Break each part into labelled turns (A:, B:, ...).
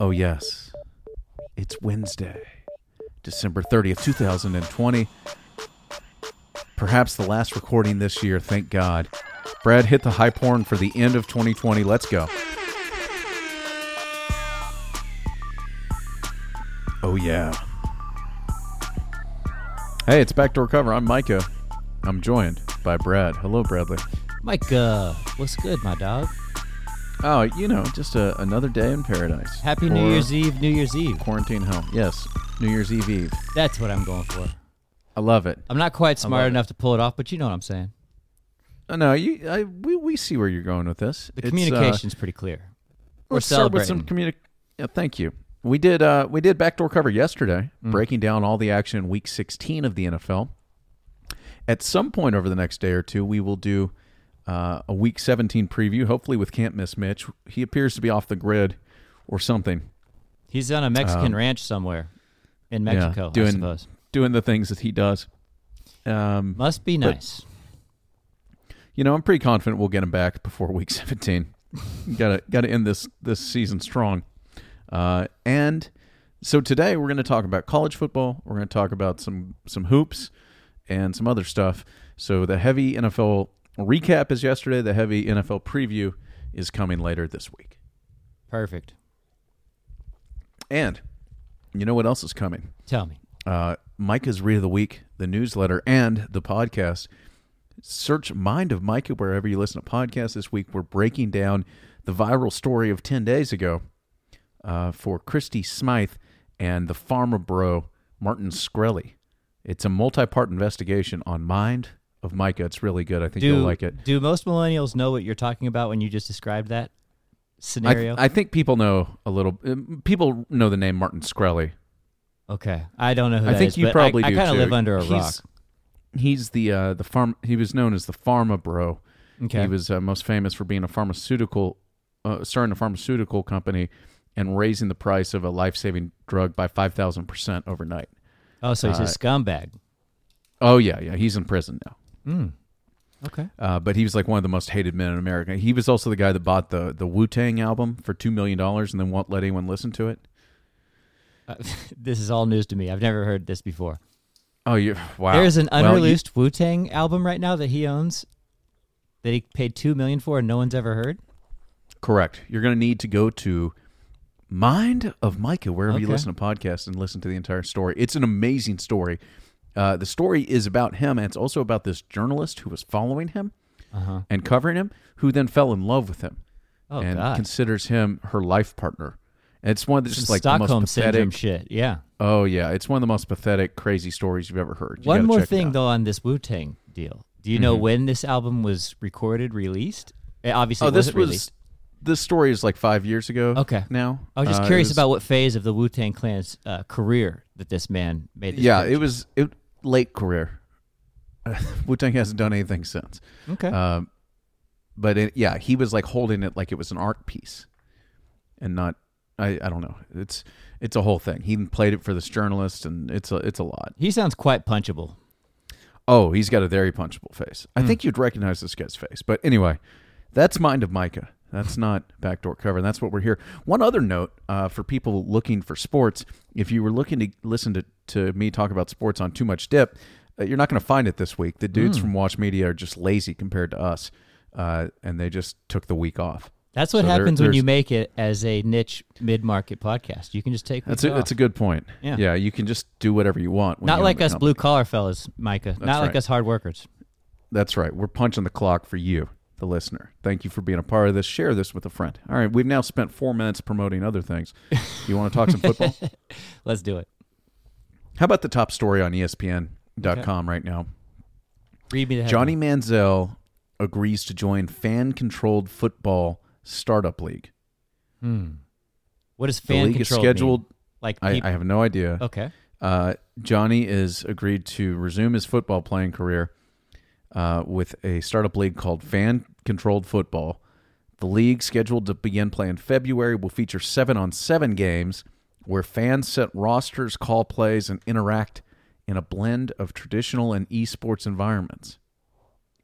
A: Oh, yes. It's Wednesday, December 30th, 2020. Perhaps the last recording this year, thank God. Brad, hit the high porn for the end of 2020. Let's go. Oh, yeah. Hey, it's Backdoor Cover. I'm Micah. I'm joined by Brad. Hello, Bradley.
B: Mike, uh, what's good, my dog?
A: Oh, you know, just a, another day in paradise.
B: Happy
A: Or
B: New Year's Eve, New Year's Eve.
A: Quarantine hell. Yes, New Year's Eve Eve.
B: That's what I'm going for.
A: I love it.
B: I'm not quite
A: love
B: smart
A: it.
B: enough to pull it off, but you know what I'm saying.
A: Uh, No, you, I, we, we see where you're going with this.
B: The
A: It's, uh,
B: communication's pretty clear. We're
A: let's start with
B: celebrating.
A: some communi- yeah, thank you. We did uh, we did backdoor cover yesterday,
B: Mm.
A: breaking down all the action in Week 16 of the NFL. At some point over the next day or two, we will do uh, a Week 17 preview, hopefully with Can't Miss Mitch. He appears to be off the grid or something.
B: He's on a Mexican ranch somewhere in
A: Um, Yeah,
B: Mexico, I
A: doing
B: suppose.
A: doing the things that he does. Um,
B: Must be nice.
A: you know, I'm pretty confident we'll get him back before week 17. gotta gotta end this this season strong. Uh, and so today we're gonna talk about college football. We're gonna talk about some some hoops and some other stuff. So the heavy NFL recap is yesterday. The heavy NFL preview is coming later this week.
B: Perfect.
A: And you know what else is coming?
B: Tell me.
A: uh, Micah's Read of the Week, the newsletter, and the podcast. Search Mind of Micah wherever you listen to podcasts this week. We're breaking down the viral story of 10 days ago uh, for Christy Smythe and the farmer bro, Martin Screlly. It's a multi part investigation on Mind of Micah. It's really good. I think
B: Do
A: you'll like it.
B: Do most millennials know what you're talking about when you just described that
A: I,
B: scenario?
A: I think people know a little. um, People know the name Martin Screlly.
B: okay, I don't know who
A: I
B: that
A: think
B: is,
A: you
B: but
A: probably
B: I,
A: do
B: I kind of
A: too.
B: live under a
A: He's-
B: rock.
A: He's the uh, the farm. He was known as the pharma bro.
B: Okay.
A: He was uh, most famous for being a pharmaceutical, uh, starting a pharmaceutical company, and raising the price of a life saving drug by five thousand percent overnight.
B: oh, so he's a scumbag.
A: Oh yeah, yeah. He's in prison now.
B: Okay.
A: Uh, but he was like one of the most hated men in America. He was also the guy that bought the the Wu Tang album for two million dollars and then won't let anyone listen to it.
B: Uh, this is all news to me. I've never heard this before.
A: Oh, you wow.
B: There's an
A: Well, you-
B: unreleased Wu Tang album right now that he owns that he paid two million for and no one's ever heard.
A: Correct. You're going to need to go to Mind of Micah, wherever you
B: Okay.
A: listen to podcasts, and listen to the entire story. It's an amazing story. Uh, the story is about him, and it's also about this journalist who was following him and covering him, who then fell in love with him
B: Oh
A: Uh-huh. and
B: god,
A: considers him her life partner. And it's one of the just
B: Some
A: like the
B: Stockholm
A: most
B: syndrome
A: pathetic.
B: shit. Yeah.
A: Oh yeah, it's one of the most pathetic, crazy stories you've ever heard. You
B: One
A: gotta
B: more
A: check it
B: thing
A: out. Mm-hmm.
B: though on this Wu Tang deal. Do you know when this album was recorded, released? It obviously
A: Oh, this
B: wasn't
A: was
B: released.
A: this story is like five years ago.
B: Okay.
A: Now
B: I was just
A: Uh, it
B: curious
A: was-
B: about what phase of the Wu Tang Clan's uh, career that this man made. This
A: Yeah,
B: picture.
A: it was it late career. Wu Tang hasn't done anything since.
B: okay.
A: Um, but it, yeah, he was like holding it like it was an art piece, and not. I, I don't know. It's it's a whole thing. He even played it for this journalist, and it's a it's a lot.
B: he sounds quite punchable.
A: Oh, he's got a very punchable face.
B: Hmm.
A: I think you'd recognize this guy's face. But anyway, that's Mind of Micah. That's not backdoor cover. and That's what we're here. One other note uh, for people looking for sports: if you were looking to listen to, to me talk about sports on Too Much Dip, uh, you're not going to find it this week. The dudes
B: Hmm.
A: from Watch Media are just lazy compared to us, uh, and they just took the week off.
B: That's what
A: So there-
B: happens when
A: there's-
B: you make it as a niche mid market podcast. You can just take
A: That's
B: weeks
A: a,
B: off.
A: that's a good point.
B: Yeah.
A: you can just do whatever you want. when
B: Not
A: you own
B: like
A: the
B: us
A: company.
B: blue collar fellas, Micah. Not like
A: right.
B: us hard workers.
A: That's right. We're punching the clock for you, the listener. Thank you for being a part of this. Share this with a friend. All right. We've now spent four minutes promoting other things. You want to talk some football?
B: Let's do it.
A: How about the top story on E ESPN.com right now?
B: Read me the headline.
A: Johnny Manziel agrees to join fan controlled football startup league.
B: Hmm. What is
A: The
B: fan
A: league is
B: control?
A: scheduled.
B: mean? Like
A: I,
B: peop-
A: I have no idea.
B: okay.
A: Uh, Johnny is agreed to resume his football playing career uh, with a startup league called Fan Controlled Football. The league, scheduled to begin play in February, will feature seven on seven games where fans set rosters, call plays, and interact in a blend of traditional and esports environments.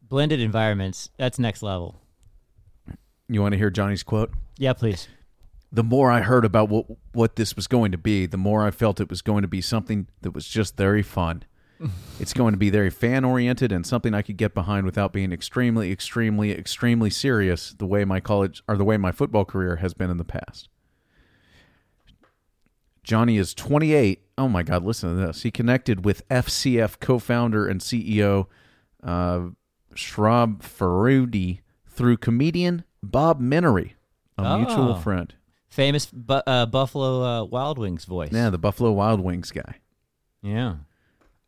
B: Blended environments. That's next level.
A: You want to hear Johnny's quote?
B: Yeah, please.
A: the more I heard about what what this was going to be, the more I felt it was going to be something that was just very fun. it's going to be very fan oriented and something I could get behind without being extremely, extremely, extremely serious the way my college or the way my football career has been in the past. Johnny is 28. Oh my God, listen to this. He connected with FCF co founder and CEO uh, Shrab Farudi through comedian Bob Minery, a mutual
B: Oh.
A: friend.
B: Famous bu- uh, Buffalo uh, Wild Wings voice.
A: Yeah, the Buffalo Wild Wings guy.
B: Yeah.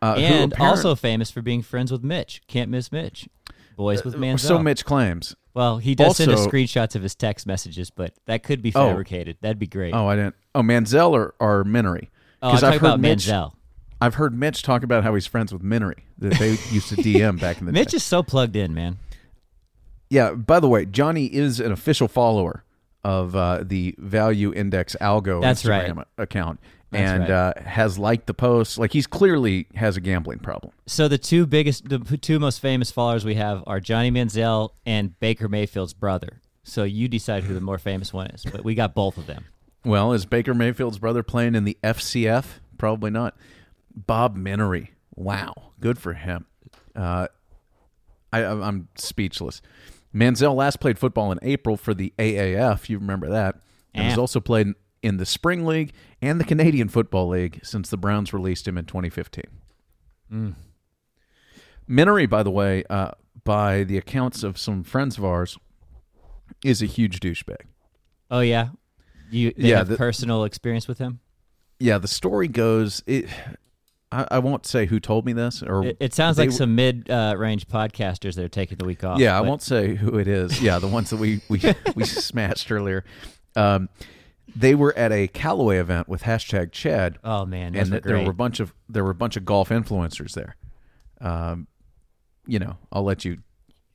A: Uh, who
B: and
A: apparent-
B: also famous for being friends with Mitch. Can't miss Mitch. Boys with Manziel.
A: Uh, so Mitch claims.
B: well, he does send us
A: also-
B: screenshots of his text messages, but that could be
A: Oh.
B: fabricated. That'd be great.
A: Oh, I didn't. Oh, Manziel or, or Minery?
B: oh I'm
A: I've
B: talking
A: heard
B: about
A: Mitch.
B: Manziel.
A: I've heard Mitch talk about how he's friends with Minery. That they used to DM back in the day.
B: Mitch is so plugged in, man.
A: Yeah. By the way, Johnny is an official follower of uh, the Value Index Algo
B: That's
A: Instagram
B: right.
A: account,
B: That's
A: and
B: right.
A: uh, has liked the post. Like he's clearly has a gambling problem.
B: So the two biggest, the p- two most famous followers we have are Johnny Manziel and Baker Mayfield's brother. So you decide who the more famous one is, but we got both of them.
A: Well, is Baker Mayfield's brother playing in the FCF? Probably not. Bob Minery. Wow, good for him. Uh, I, I'm I'm speechless. Manziel last played football in April for the AAF. You remember that? And has
B: Yeah.
A: also played in the Spring League and the Canadian Football League since the Browns released him in 2015. Minery, by the way, uh, by the accounts of some friends of ours, is a huge douchebag.
B: Oh yeah, you they
A: Yeah,
B: have
A: the-
B: personal experience with him.
A: yeah the story goes it i, I won't say who told me this or
B: It, it sounds
A: they-
B: like some mid uh, range podcasters that are taking the week off.
A: yeah i
B: but-
A: won't say who it is yeah the ones that we we, we smashed earlier um they were at a callaway event with hashtag chad
B: Oh man, those
A: and
B: were
A: that there
B: great.
A: were a bunch of there were a bunch of golf influencers there um you know i'll let you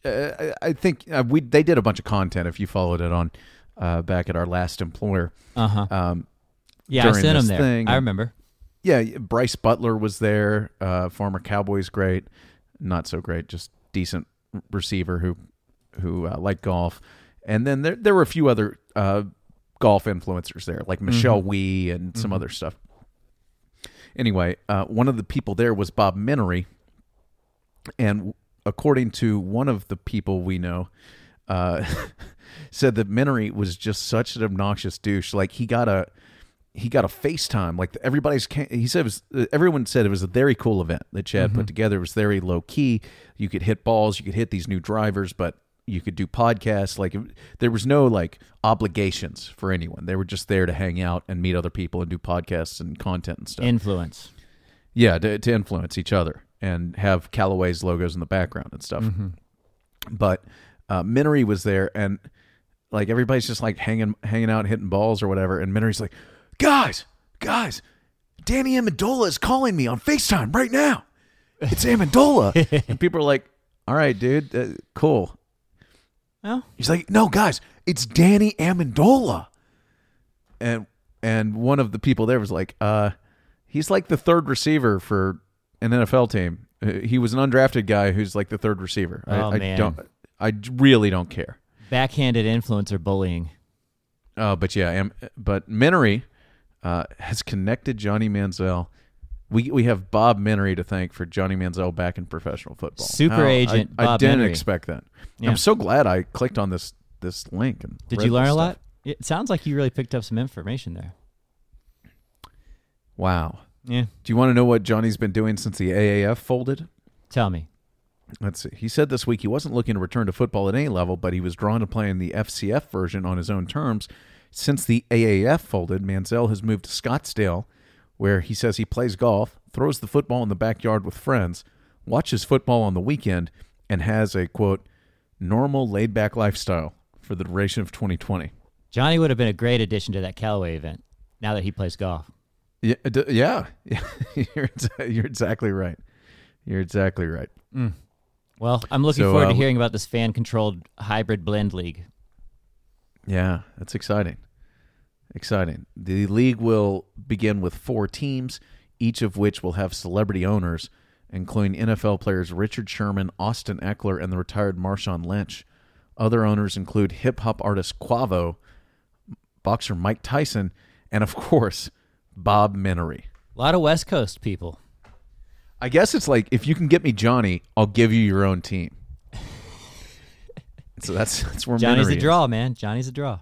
A: uh, I, I think uh, we they did a bunch of content if you followed it on uh, back at our last employer
B: uh-huh.
A: um
B: Yeah, I
A: during
B: sent him
A: this
B: there.
A: thing.
B: I remember.
A: yeah, Bryce Butler was there, uh, former Cowboys great, not so great, just decent receiver who who uh, liked golf. And then there there were a few other uh, golf influencers there, like Michelle Wee and some other stuff. Anyway, uh, one of the people there was Bob Minery, and according to one of the people we know, uh, said that Minery was just such an obnoxious douche. Like he got a he got a FaceTime. Like everybody's, ca- he said it was, uh, everyone said it was a very cool event that Chad put together. It was very low key. You could hit balls, you could hit these new drivers, but you could do podcasts. Like it- there was no like obligations for anyone. They were just there to hang out and meet other people and do podcasts and content and stuff.
B: Influence.
A: yeah, to, to influence each other and have Callaway's logos in the background and stuff. But uh, Minery was there and like everybody's just like hanging hanging out hitting balls or whatever and Minnery's like guys guys Danny Amendola is calling me on FaceTime right now it's Amendola and people are like all right dude uh, cool
B: Well,
A: he's like no guys it's Danny Amendola and and one of the people there was like uh he's like the third receiver for an NFL team Uh, he was an undrafted guy who's like the third receiver I,
B: Oh,
A: I
B: man.
A: don't I really don't care
B: backhanded influencer bullying.
A: Uh, but yeah, am, but Minery uh, has connected Johnny Manziel. We we have Bob Minery to thank for Johnny Manziel back in professional football.
B: Super
A: I-
B: agent
A: I,
B: Bob
A: didn't
B: Minery.
A: expect that.
B: Yeah.
A: I'm so glad I clicked on this this link. And
B: Did
A: read
B: you learn
A: this
B: a
A: stuff.
B: lot? It sounds like you really picked up some information there.
A: Wow.
B: Yeah.
A: Do you want to know what Johnny's been doing since the AAF folded?
B: Tell me.
A: Let's see. He said this week he wasn't looking to return to football at any level, but he was drawn to playing the FCF version on his own terms. Since the AAF folded, Manziel has moved to Scottsdale, where he says he plays golf, throws the football in the backyard with friends, watches football on the weekend, and has a quote normal laid back lifestyle for the duration of 2020.
B: Johnny would have been a great addition to that Callaway event now that he plays golf.
A: Yeah, d- yeah, you're exa- you're exactly right. You're exactly right.
B: Well, I'm looking
A: So,
B: forward
A: uh,
B: to hearing about this fan controlled hybrid blend league.
A: Yeah, that's exciting. Exciting. The league will begin with four teams, each of which will have celebrity owners, including NFL players Richard Sherman, Austin Eckler, and the retired Marshawn Lynch. Other owners include hip hop artist Quavo, boxer Mike Tyson, and of course, Bob Minery.
B: A lot of West Coast people.
A: I guess it's like if you can get me Johnny, I'll give you your own team. so that's that's where
B: Johnny's
A: Minery
B: a
A: is.
B: draw, man. Johnny's a draw.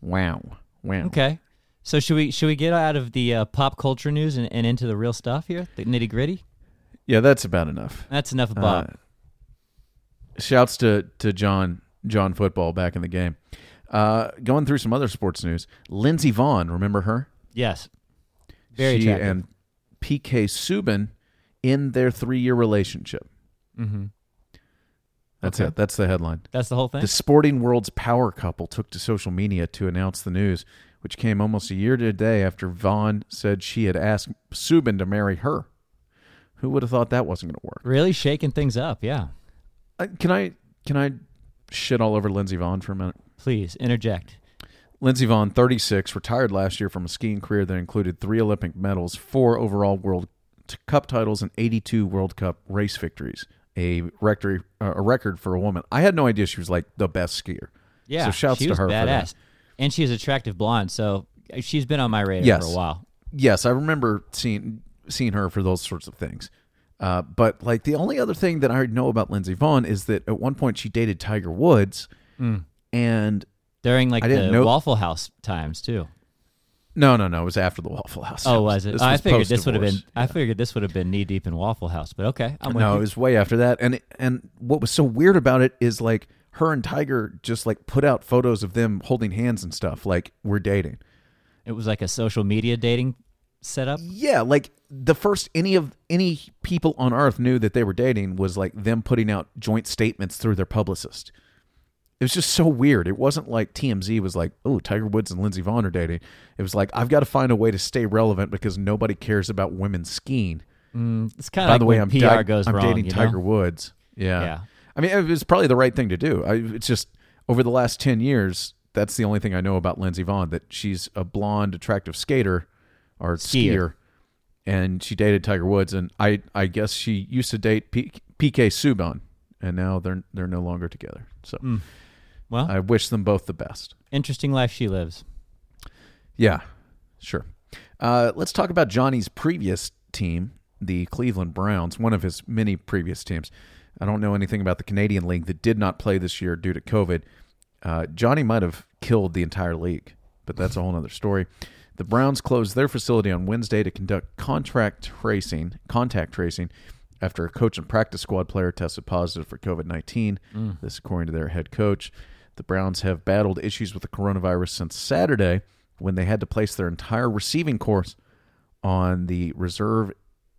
A: Wow, wow.
B: Okay. So should we should we get out of the uh, pop culture news and, and into the real stuff here, the nitty gritty?
A: Yeah, that's about enough.
B: That's enough of Bob.
A: Uh, shouts to to John John football back in the game. Uh, going through some other sports news, Lindsey Vaughn, remember her?
B: yes. Very
A: she
B: attractive.
A: and PK Subban in their three year relationship.
B: mm-hmm.
A: That's
B: Okay.
A: it. That's the headline.
B: That's the whole thing.
A: The sporting world's power couple took to social media to announce the news, which came almost a year to the day after Vaughn said she had asked Subban to marry her. Who would have thought that wasn't going to work?
B: really shaking things up. Yeah.
A: Uh, can I can I shit all over Lindsey Vaughn for a minute?
B: Please interject.
A: Lindsey Vaughn, 36, retired last year from a skiing career that included three Olympic medals, four overall World t- Cup titles, and 82 World Cup race victories. A record, uh, a record for a woman. I had no idea she was like the best skier.
B: Yeah.
A: So shouts
B: she
A: to
B: was
A: her for that.
B: badass. And she's attractive blonde, so she's been on my radar for
A: Yes.
B: a while.
A: Yes, I remember seeing seeing her for those sorts of things. Uh, but like the only other thing that I know about Lindsey Vaughn is that at one point she dated Tiger Woods,
B: Mm.
A: and
B: During like
A: I didn't
B: the
A: know-
B: Waffle House times too.
A: no, no, no, it was after the Waffle House.
B: Oh, was it?
A: This
B: Oh, I figured this would have
A: post-divorce.
B: been. I figured this would have been knee deep in Waffle House, but okay, I'm with
A: no,
B: you.
A: it was way after that. And and what was so weird about it is like her and Tiger just like put out photos of them holding hands and stuff, like we're dating.
B: It was like a social media dating setup.
A: Yeah, like the first any of any people on earth knew that they were dating was like them putting out joint statements through their publicist. It was just so weird. It wasn't like TMZ was like, "Oh, Tiger Woods and Lindsey Vaughn are dating." It was like, "I've got to find a way to stay relevant because nobody cares about women skiing."
B: It's kind of
A: By
B: like
A: the way,
B: when
A: I'm,
B: PR
A: di-
B: goes
A: I'm
B: wrong.
A: dating
B: you know?
A: Tiger Woods. Yeah.
B: Yeah.
A: I mean, it was probably the right thing to do. I, it's just over the last 10 years, that's the only thing I know about Lindsey Vaughn that she's a blonde, attractive skater or
B: Skier.
A: skier. And she dated Tiger Woods. And I, I guess she used to date P- PK Subban. And now they're they're no longer together. So
B: Hmm. Well,
A: I wish them both the best.
B: interesting life she lives.
A: Yeah, sure. Uh, let's talk about Johnny's previous team, the Cleveland Browns, one of his many previous teams. I don't know anything about the Canadian League that did not play this year due to COVID. Uh, Johnny might have killed the entire league, but that's a whole other story. The Browns closed their facility on Wednesday to conduct contract tracing, contact tracing, after a coach and practice squad player tested positive for COVID 19. This, according to their head coach. The Browns have battled issues with the coronavirus since Saturday when they had to place their entire receiving course on the reserve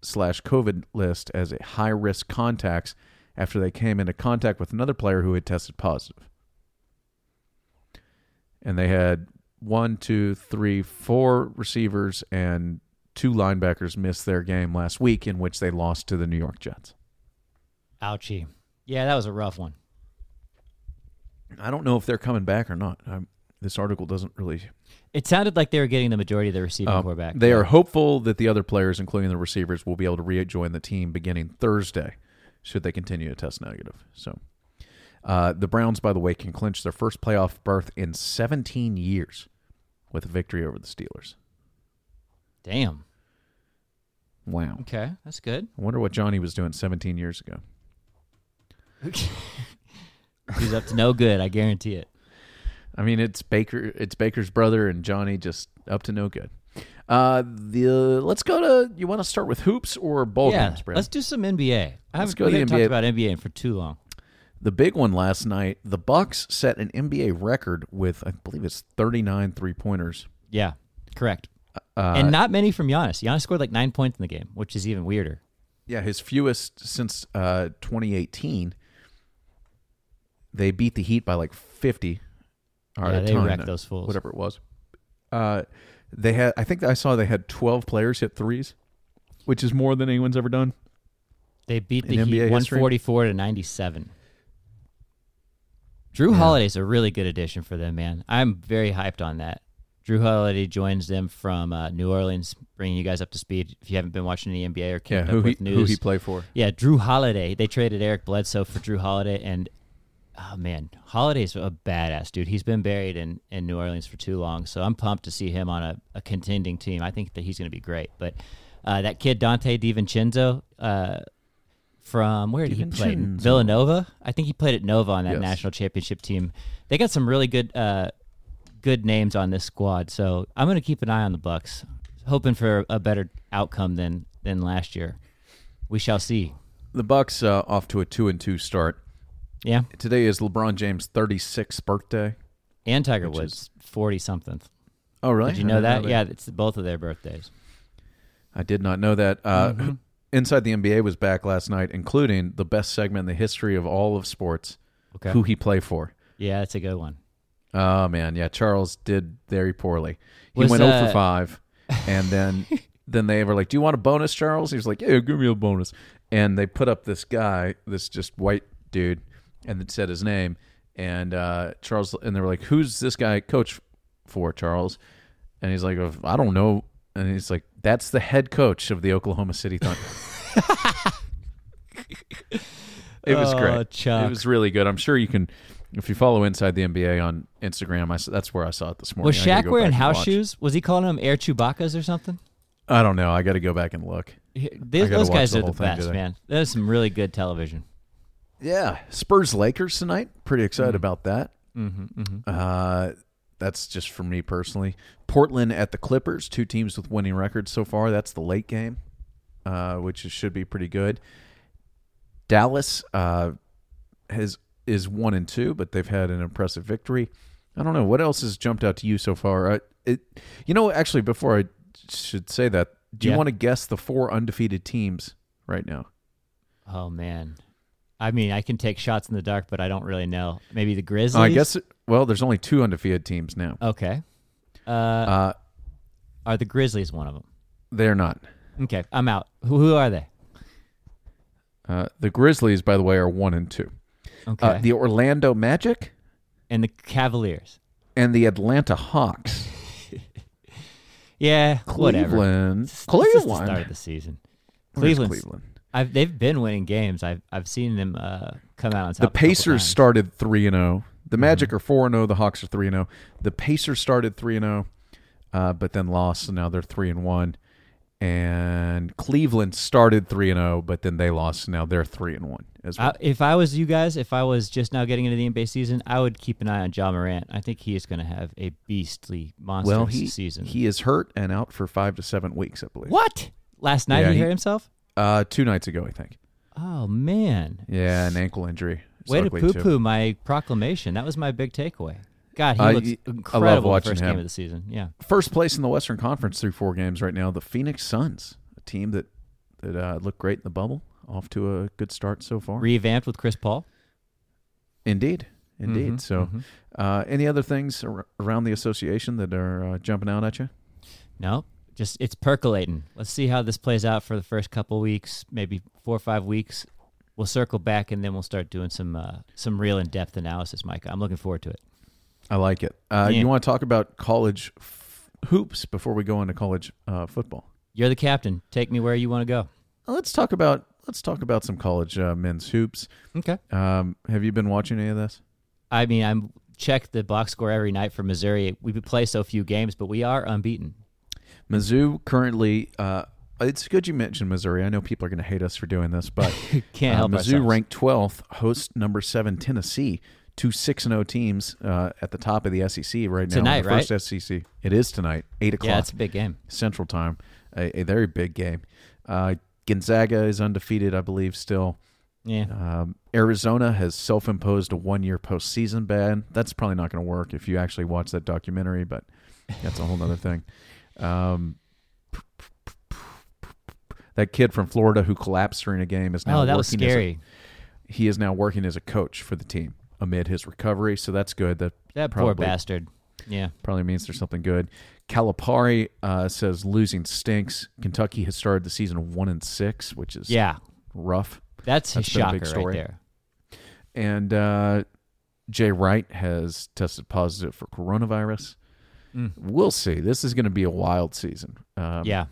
A: slash COVID list as a high risk contacts after they came into contact with another player who had tested positive. And they had one, two, three, four receivers and two linebackers miss their game last week in which they lost to the New York Jets.
B: Ouchie. Yeah, that was a rough one.
A: I don't know if they're coming back or not. i this article doesn't really
B: It sounded like they were getting the majority of the receiving
A: Um,
B: core back.
A: They are hopeful that the other players, including the receivers, will be able to rejoin the team beginning Thursday, should they continue to test negative. So, uh, the Browns, by the way, can clinch their first playoff berth in 17 years with a victory over the Steelers.
B: Damn.
A: Wow.
B: Okay, that's good.
A: I wonder what Johnny was doing 17 years ago.
B: He's up to no good. I guarantee it.
A: I mean, it's Baker, it's Baker's brother, and Johnny just up to no good. Uh, the let's go to you want to start with hoops or bowl
B: yeah,
A: games, Brad?
B: let's do some NBA. I haven't,
A: go
B: we
A: to the
B: haven't
A: NBA.
B: talked about NBA in for too long.
A: the big one last night the bucks set an nba record with i believe it's 39 three pointers
B: Yeah, correct.
A: Uh,
B: and not many from Giannis. Giannis scored like nine points in the game, which is even weirder.
A: yeah his fewest since uh, 2018 they beat the heat by like 50 or
B: Yeah,
A: a
B: they
A: ton,
B: wrecked those fools.
A: whatever it was uh, they had i think i saw they had 12 players hit threes which is more than anyone's ever done
B: They beat the
A: In
B: Heat
A: NBA history?
B: 144 to 97. Drew Holiday's a really good addition for them, man. I'm very hyped on that. Drew Holiday joins them from uh, New Orleans, bringing you guys up to speed. If you haven't been watching the NBA or keeping
A: yeah
B: up
A: who he,
B: with
A: who
B: news,
A: he played for
B: yeah, Drew Holiday. They traded Eric Bledsoe for Drew Holiday, and oh man, Holiday's a badass dude. He's been buried in, in New Orleans for too long, so I'm pumped to see him on a, a contending team. I think that he's going to be great. But uh, that kid Dante DiVincenzo uh, from where did he play?
A: DiVincenzo.
B: Villanova. I think he played at Nova on that
A: Mm-hmm. Yes.
B: national championship team. They got some really good uh, good names on this squad, so I'm going to keep an eye on the Bucks, hoping for a better outcome than than last year. We shall see.
A: The Bucks uh, off to a two and two start.
B: Yeah,
A: Today is LeBron James' 36th birthday.
B: and Tiger
A: Which
B: Woods, forty something.
A: Oh, really?
B: Did you
A: I
B: know
A: didn't
B: that? Yeah, it's both of their birthdays.
A: I did not know that. Uh, Inside the NBA was back last night, including the best segment in the history of all of sports.
B: Okay.
A: Who he play for?
B: Yeah, that's a good one.
A: Oh man, yeah. Charles did very poorly. He
B: Was,
A: went
B: uh,
A: over for five, and then then they were like, "Do you want a bonus, Charles?" He was like, "Yeah, give me a bonus." And they put up this guy, this just white dude, and it said his name. And uh, Charles, and they were like, "Who's this guy coach for, Charles?" And he's like, "Of- "I don't know." And he's like, "That's the head coach of the Oklahoma City Thunder." it was
B: Oh,
A: great.
B: Chuck.
A: It was really good. I'm sure you can, if you follow Inside the NBA on Instagram. I s that's where I saw it this morning.
B: Was
A: I gotta
B: Shaq
A: go
B: wearing
A: back and
B: house
A: watch.
B: shoes? Was he calling them Air Chewbacca's or something?
A: I don't know. I got to go back and look.
B: Th- Those,
A: gotta watch
B: guys
A: the
B: are the
A: whole thing
B: best,
A: today.
B: man. That is some really good television.
A: Yeah, Spurs Lakers tonight. Pretty excited about that. Uh, that's just for me personally. Portland at the Clippers. Two teams with winning records so far. That's the late game, uh, which is, should be pretty good. Dallas uh, has is one and two, but they've had an impressive victory. I don't know what else has jumped out to you so far. Uh, it, you know, actually, before I should say that, do you
B: Yeah.
A: want to guess the four undefeated teams right now?
B: Oh man, I mean, I can take shots in the dark, but I don't really know. Maybe the Grizzlies.
A: Oh, I guess. Well, there's only two undefeated teams now.
B: Okay. Uh,
A: Uh,
B: are the Grizzlies one of them?
A: they're not.
B: Okay, I'm out. Who, who are they?
A: Uh, the Grizzlies, by the way, are one and two.
B: Okay.
A: Uh, the Orlando Magic
B: and the Cavaliers.
A: and the Atlanta Hawks.
B: Yeah. Whatever.
A: Cleveland.
B: It's- it's just the start of
A: Cleveland.
B: the season.
A: Where's
B: Cleveland's-
A: Cleveland.
B: I've, they've been winning games. I've I've seen them uh, come out on top.
A: The
B: a couple
A: Pacers
B: times. Mm-hmm.
A: started three and zero. The Magic are four and zero. The Hawks are three and zero. The Pacers started three and zero, uh, but then lost, so now they're three and one. And Cleveland started three and zero, but then they lost, so now they're three and one as well.
B: I, if I was you guys, if I was just now getting into the NBA season, I would keep an eye on John Morant. I think he is going to have a beastly, monstrous
A: well, he
B: season.
A: he is hurt and out for five to seven weeks, I believe.
B: what? Last night
A: Yeah,
B: he,
A: he-
B: hurt himself?
A: Uh, two nights ago, I think.
B: Oh, man.
A: Yeah, an ankle injury. It's
B: Way to
A: ugly,
B: poo
A: too.
B: poo my proclamation. That was my big takeaway. God, he
A: I-
B: looks
A: I love
B: incredible
A: watching
B: first
A: him.
B: game of the season. Yeah.
A: First place in the Western Conference through four games right now. The Phoenix Suns, a team that that uh, looked great in the bubble, off to a good start so far.
B: Revamped with Chris Paul.
A: Indeed, indeed.
B: Mhm,
A: so,
B: mhm.
A: uh, any other things ar- around the association that are uh, jumping out at you?
B: No, just it's percolating. Let's see how this plays out for the first couple weeks, maybe four or five weeks. We'll circle back and then we'll start doing some uh, some real in depth analysis, Mike. I'm looking forward to it.
A: I like it. Uh,
B: Yeah.
A: You want to talk about college f- hoops before we go into college uh, football?
B: You're the captain. Take me where you want to go.
A: Let's talk about let's talk about some college uh, men's hoops.
B: Okay.
A: Um, have you been watching any of this?
B: I mean, I'm check the box score every night for Missouri. We play so few games, but we are unbeaten.
A: Mizzou currently. Uh, it's good you mentioned Missouri. I know people are going to hate us for doing this, but
B: Can't
A: uh,
B: help
A: Mizzou
B: ourselves.
A: ranked 12th, host number seven Tennessee. Two six and zero teams uh, at the top of the SEC right now.
B: Tonight,
A: the
B: right?
A: First SEC. It is tonight, eight o'clock
B: Yeah, it's a big game.
A: Central Time. A, a very big game. Uh, Gonzaga is undefeated, I believe, still.
B: Yeah. Oh,
A: Um, Arizona has self-imposed a one-year postseason ban. That's probably not going to work if you actually watch that documentary, but that's a whole other thing. Um, that kid from Florida who collapsed during a game is now
B: Oh, that
A: working
B: was
A: as a-
B: scary.
A: he is now working as a coach for the team amid his recovery, so that's good. That
B: That poor
A: probably-
B: bastard. Yeah.
A: probably means there's something good. Calipari uh, says losing stinks. Kentucky has started the season one and six, which is
B: Yeah.
A: rough.
B: That's, a
A: That's been a
B: shocker
A: big story.
B: right there.
A: and uh, Jay Wright has tested positive for coronavirus.
B: Mm.
A: We'll see. This is going to be a wild season. Um,
B: Yeah.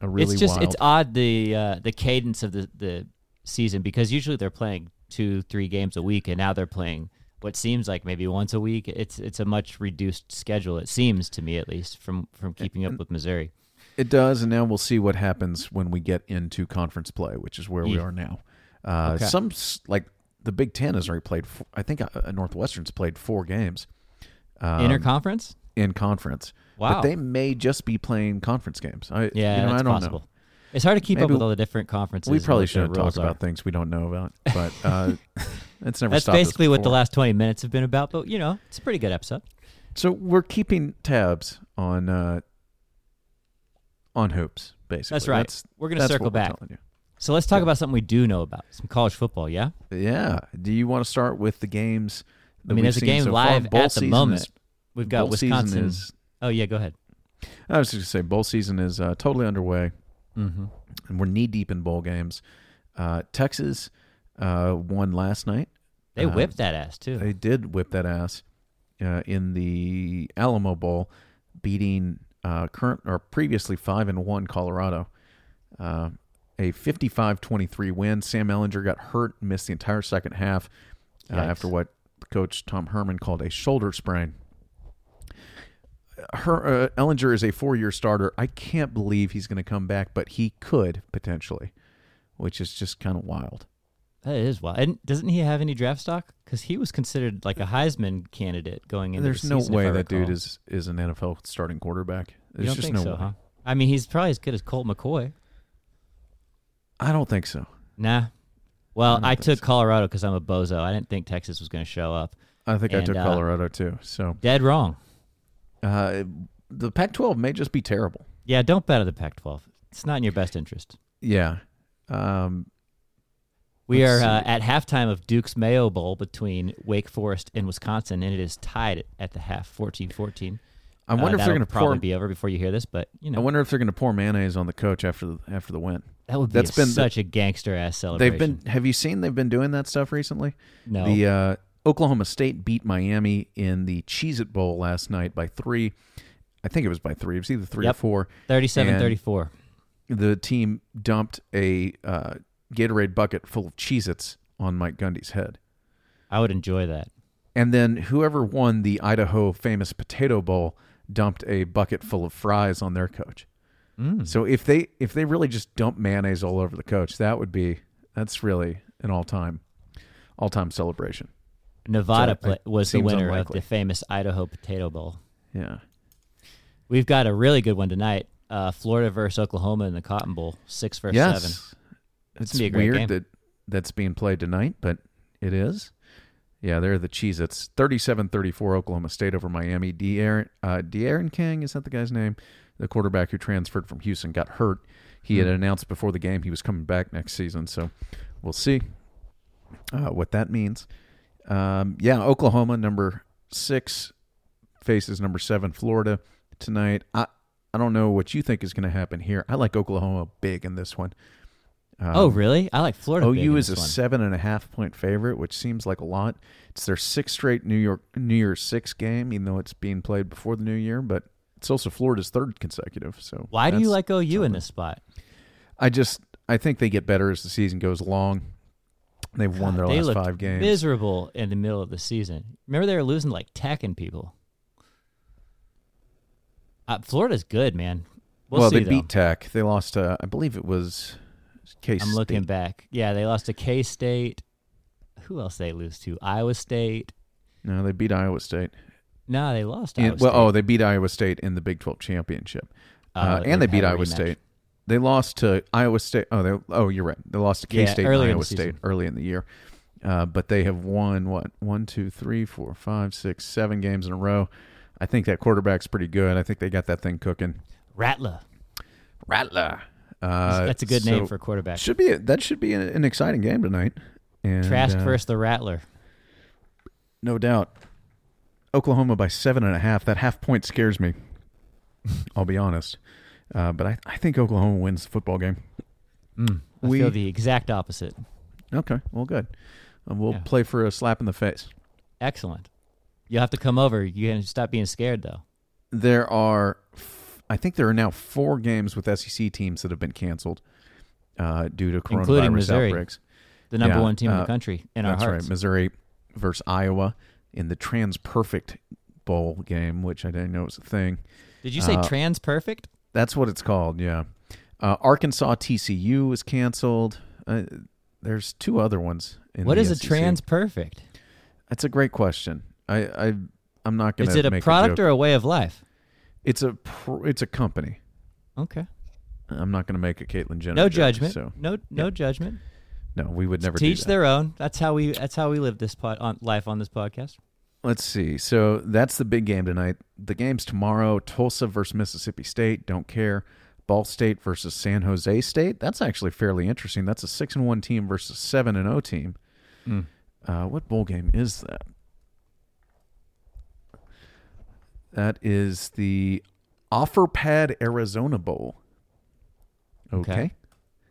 A: a really
B: it's just
A: wild.
B: it's odd the uh, the cadence of the the season because usually they're playing two three games a week and now they're playing what seems like maybe once a week. It's it's a much reduced schedule. It seems to me, at least, from from keeping up with Missouri.
A: It does, and now we'll see what happens when we get into conference play, which is where we
B: Yeah.
A: are now. Uh,
B: Okay.
A: Some s- like the Big Ten has already played. f I I think uh, uh, Northwestern's played four games um,
B: Interconference?
A: in conference.
B: Wow.
A: But they may just be playing conference games. I,
B: Yeah,
A: you know,
B: that's
A: I don't
B: possible.
A: know.
B: It's hard to keep up
A: Maybe
B: with all the different conferences.
A: We
B: and
A: probably
B: what their
A: shouldn't talk
B: rules are.
A: about things we don't know about, but uh, it's never.
B: That's
A: stopped us
B: basically what the
A: before.
B: last 20 minutes have been about, but you know, it's a pretty good episode.
A: So we're keeping tabs on uh, on hoops. Basically,
B: That's right. We're gonna
A: that's
B: circle
A: what we're
B: back.
A: telling you.
B: So let's talk about something we do know about some college football, yeah?
A: Yeah. Do you want to start with the games? That we've
B: mean, there's a
A: seen
B: game
A: so far?
B: live
A: Bowl
B: at the
A: season
B: moment.
A: Is,
B: We've got
A: bowl
B: Wisconsin.
A: Season is,
B: oh, yeah, go ahead.
A: I was just going to say, bowl season is uh, totally underway,
B: Mm-hmm.
A: and we're knee deep in bowl games. Uh, Texas uh, won last night.
B: They
A: Uh,
B: whipped that ass, too.
A: They did whip that ass uh, in the Alamo Bowl, beating uh, current or previously five and one Colorado. Uh, a 55-23 win. Sam Ellinger got hurt, and missed the entire second half uh,
B: Yikes.
A: after what Coach Tom Herman called a shoulder sprain. Her, uh, Ellinger is a four-year starter. I can't believe he's going to come back, but he could potentially, which is just kind of wild.
B: that is wild. And doesn't he have any draft stock? Because he was considered like a Heisman candidate going into
A: There's
B: the
A: no
B: season, if
A: way
B: I
A: that dude
B: recall.
A: is is an NFL starting quarterback.
B: You
A: There's
B: don't
A: just
B: think
A: no
B: so,
A: way.
B: huh? I mean, he's probably as good as Colt McCoy.
A: I don't think so.
B: Nah. Well,
A: don't
B: I,
A: think
B: took Colorado because I'm a bozo. I didn't think Texas was going to show up.
A: I think I
B: And,
A: took
B: uh,
A: Colorado too. So
B: Dead wrong.
A: uh, the Pac-12 may just be terrible.
B: Yeah, don't bet on the Pac-12. It's not in your best interest.
A: Yeah. Um,
B: We
A: Let's
B: are uh, at halftime of Duke's Mayo Bowl between Wake Forest and Wisconsin, and it is tied at the half, 14-14.
A: I wonder if they're going to
B: Uh, probably
A: pour.
B: be over before you hear this, but you
A: I
B: know
A: wonder if they're going to pour mayonnaise on the coach after the, after the win.
B: that would be
A: that's
B: a-
A: been the-
B: such a gangster ass celebration.
A: They've been. Have you seen? They've been doing that stuff recently.
B: no,
A: The uh, Oklahoma State beat Miami in the Cheez It Bowl last night by three. I think it was by three. It was either three
B: Yep.
A: or four.
B: 37-34.
A: the team dumped a uh, Gatorade bucket full of Cheez Its on Mike Gundy's head.
B: I would enjoy that.
A: And then whoever won the Idaho famous potato bowl dumped a bucket full of fries on their coach. So if they if they really just dump mayonnaise all over the coach, that would be that's really an all time all time celebration.
B: Nevada
A: So, like,
B: pla- was the
A: seems
B: winner
A: unlikely.
B: of the famous Idaho Potato Bowl.
A: Yeah.
B: We've got a really good one tonight. Uh, Florida versus Oklahoma in the Cotton Bowl, six versus
A: yes.
B: seven.
A: It's
B: gonna be a great
A: weird
B: game.
A: that that's being played tonight, but it is. Yeah, they're the Cheez Its. 37 34 Oklahoma State over Miami. De'Aaron, uh, De'Aaron King, is that the guy's name? The quarterback who transferred from Houston got hurt. He
B: Hmm.
A: had announced before the game he was coming back next season, so we'll see uh, what that means. Um, yeah, Oklahoma, number six, faces number seven, Florida tonight. I, I don't know what you think is going to happen here. I like Oklahoma big in this one.
B: oh, really? I like Florida. big in
A: OU Um, is a
B: this one.
A: seven and a half point favorite, which seems like a lot. It's their sixth straight New York New Year's Six game, even though it's being played before the New Year. But it's also Florida's third consecutive. So
B: Why do you
A: that's-
B: like OU in this spot?
A: I just I think they get better as the season goes along. They've won their
B: they
A: last
B: looked
A: five games.
B: miserable in the middle of the season. Remember, they were losing like tacking people. Uh, Florida's good, man. We'll,
A: well,
B: see.
A: they
B: though.
A: beat Tech. They lost. Uh, I believe it was Case.
B: I'm looking back. Yeah, they lost to K State. Who else they lose to? Iowa State.
A: No, they beat Iowa State.
B: No, they lost. To
A: And-
B: Iowa
A: well,
B: State.
A: oh, they beat Iowa State in the Big Twelve championship,
B: Oh,
A: uh,
B: they
A: and they
B: had
A: beat
B: a
A: Iowa
B: rematch.
A: State. They lost to Iowa State. Oh, they, oh, you're right. They lost to K
B: Yeah,
A: State,
B: earlier
A: and
B: in the
A: Iowa State
B: season.
A: early in the year, uh, but they have won what one, two, three, four, five, six, seven games in a row. I think that quarterback's pretty good. I think they got that thing cooking.
B: Rattler.
A: Rattler. oh, Uh,
B: That's a good
A: so
B: name for a quarterback.
A: Should be a, that should be an, an exciting game tonight. And,
B: Trask
A: uh,
B: versus the Rattler.
A: No doubt. Oklahoma by seven and a half. That half point scares me. I'll be honest. Uh, but I, I think Oklahoma wins the football game.
B: I
A: we-
B: feel the exact opposite.
A: Okay. Well, good. Um, we'll
B: Yeah.
A: play for a slap in the face.
B: Excellent. You'll have to come over. You can stop being scared though.
A: There are, f- I think there are now four games with SEC teams that have been canceled uh, due to coronavirus
B: Including Missouri.
A: outbreaks.
B: The number
A: Yeah,
B: one team in
A: uh,
B: the country in our
A: That's
B: hearts.
A: right. Missouri versus Iowa. in the Trans Perfect Bowl game, which I didn't know was a thing.
B: Did you say
A: Uh,
B: trans perfect?
A: That's what it's called. Yeah. Uh, Arkansas TCU was canceled. Uh, there's two other ones. In
B: What
A: the E
B: is a
A: SEC.
B: trans perfect?
A: That's a great question. I, I I'm not gonna.
B: Is it a
A: make
B: product
A: joke.
B: or a way of life?
A: It's a pr- it's a company.
B: Okay.
A: I'm not gonna make a Caitlyn Jenner.
B: No
A: joke,
B: judgment.
A: So
B: No no judgment.
A: no, we would never do
B: Teach
A: that.
B: their own. That's how we that's how we live this pod on life on this podcast.
A: Let's see. So that's the big game tonight. The game's tomorrow. Tulsa versus Mississippi State. Don't care. Ball State versus San Jose State. That's actually fairly interesting. That's a six and one team versus seven and zero team. Uh, what bowl game is that? That is the OfferPad Arizona Bowl. Okay.
B: Okay.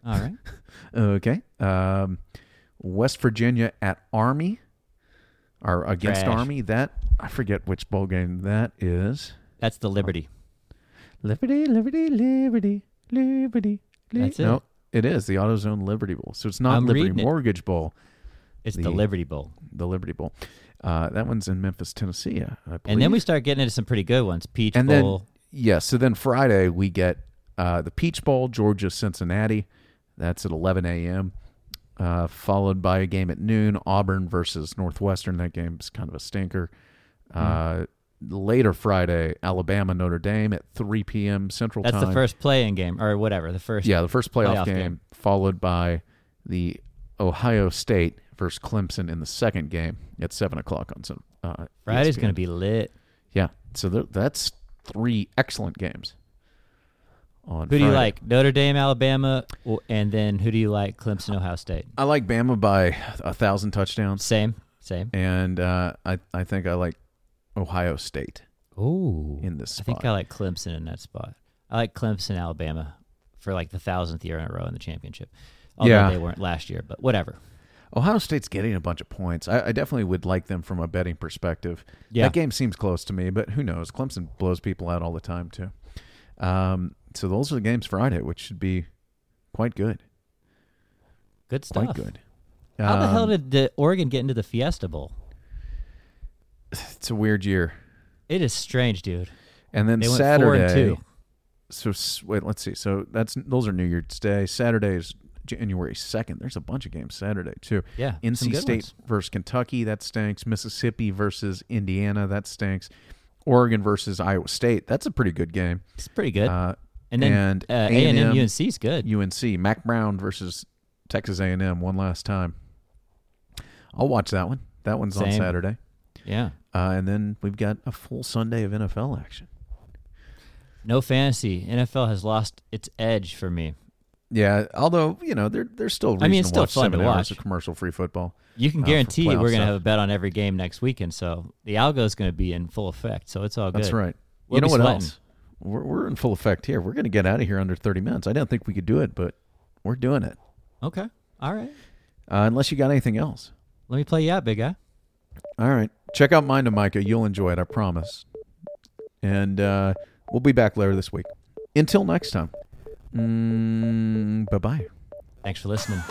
B: All right.
A: Okay. Um, West Virginia at Army, or against
B: Trash.
A: Army. That I forget which bowl game that is.
B: That's the liberty.
A: Liberty, liberty, liberty, liberty. li-
B: That's it.
A: No, it is the AutoZone Liberty Bowl. So it's not
B: I'm
A: Liberty
B: reading it.
A: Mortgage Bowl,
B: It's the,
A: The-
B: Liberty Bowl.
A: the Liberty Bowl. Uh, that one's in Memphis, Tennessee. I I believe.
B: And then we start getting into some pretty good ones. Peach
A: and
B: Bowl.
A: then yeah. So then Friday we get uh, the Peach Bowl, Georgia, Cincinnati. That's at 11 a.m. Uh, followed by a game at noon, Auburn versus Northwestern. That game's kind of a stinker.
B: Hmm.
A: Uh, later Friday, Alabama, Notre Dame at 3 p.m. Central
B: that's
A: Time.
B: the first play-in game or whatever. The first.
A: Yeah, the first playoff,
B: Playoff
A: game,
B: game.
A: followed by the Ohio State versus Clemson in the second game at seven o'clock on some. Uh,
B: Friday's going to be lit.
A: yeah. So th- that's three excellent games. On
B: Who do you
A: Friday.
B: like? Notre Dame, Alabama, w- and then who do you like? Clemson, Ohio State.
A: I like Bama by a thousand touchdowns,
B: Same, same.
A: and uh, I I think I like Ohio State
B: Ooh,
A: in this
B: I
A: spot.
B: think I like Clemson in that spot. I like Clemson, Alabama, for like the thousandth year in a row in the championship. Although
A: Yeah.
B: they weren't last year, but whatever.
A: Ohio State's getting a bunch of points. I, I definitely would like them from a betting perspective.
B: Yeah.
A: That game seems close to me, but who knows? Clemson blows people out all the time, too. Um, so those are the games Friday, which should be quite good.
B: Good
A: Quite
B: stuff.
A: good.
B: How the hell
A: Um,
B: did the Oregon get into the Fiesta Bowl?
A: it's a weird year.
B: It is strange, dude.
A: And then
B: They went four
A: Saturday.
B: and two.
A: So s- wait, let's see. So that's those are New Year's Day. Saturday is January second. There's a bunch of games Saturday too.
B: Yeah, some
A: NC
B: good
A: State
B: ones.
A: versus Kentucky that stinks. Mississippi versus Indiana that stinks. Oregon versus Iowa State that's a pretty good game.
B: It's pretty good.
A: Uh,
B: and then
A: and
B: uh, A&M,
A: A&M
B: UNC's good.
A: UNC Mac Brown versus Texas A&M one last time. I'll watch that one. That one's on
B: Same.
A: Saturday,
B: yeah.
A: uh, and then we've got a full Sunday of NFL action.
B: No fantasy. NFL has lost its edge for me.
A: Yeah, although you know there there's still reason
B: I mean, it's
A: to
B: still
A: watch
B: fun to
A: seven hours
B: watch.
A: of commercial free football.
B: You can
A: uh, for
B: guarantee
A: playoff
B: we're going to
A: stuff.
B: have a bet on every game next weekend, so the algo is going to be in full effect. So it's all good.
A: That's right.
B: We'll
A: you know
B: be
A: what
B: sweating.
A: else? We're we're in full effect here. We're going to get out of here under 30 minutes. I didn't think we could do it, but we're doing it.
B: Okay. All right.
A: Uh, unless you got anything else.
B: Let me play you out, big guy.
A: All right. Check out Mind of Micah. You'll enjoy it, I promise. And uh, we'll be back later this week. Until next time. Mm, bye bye.
B: Thanks for listening.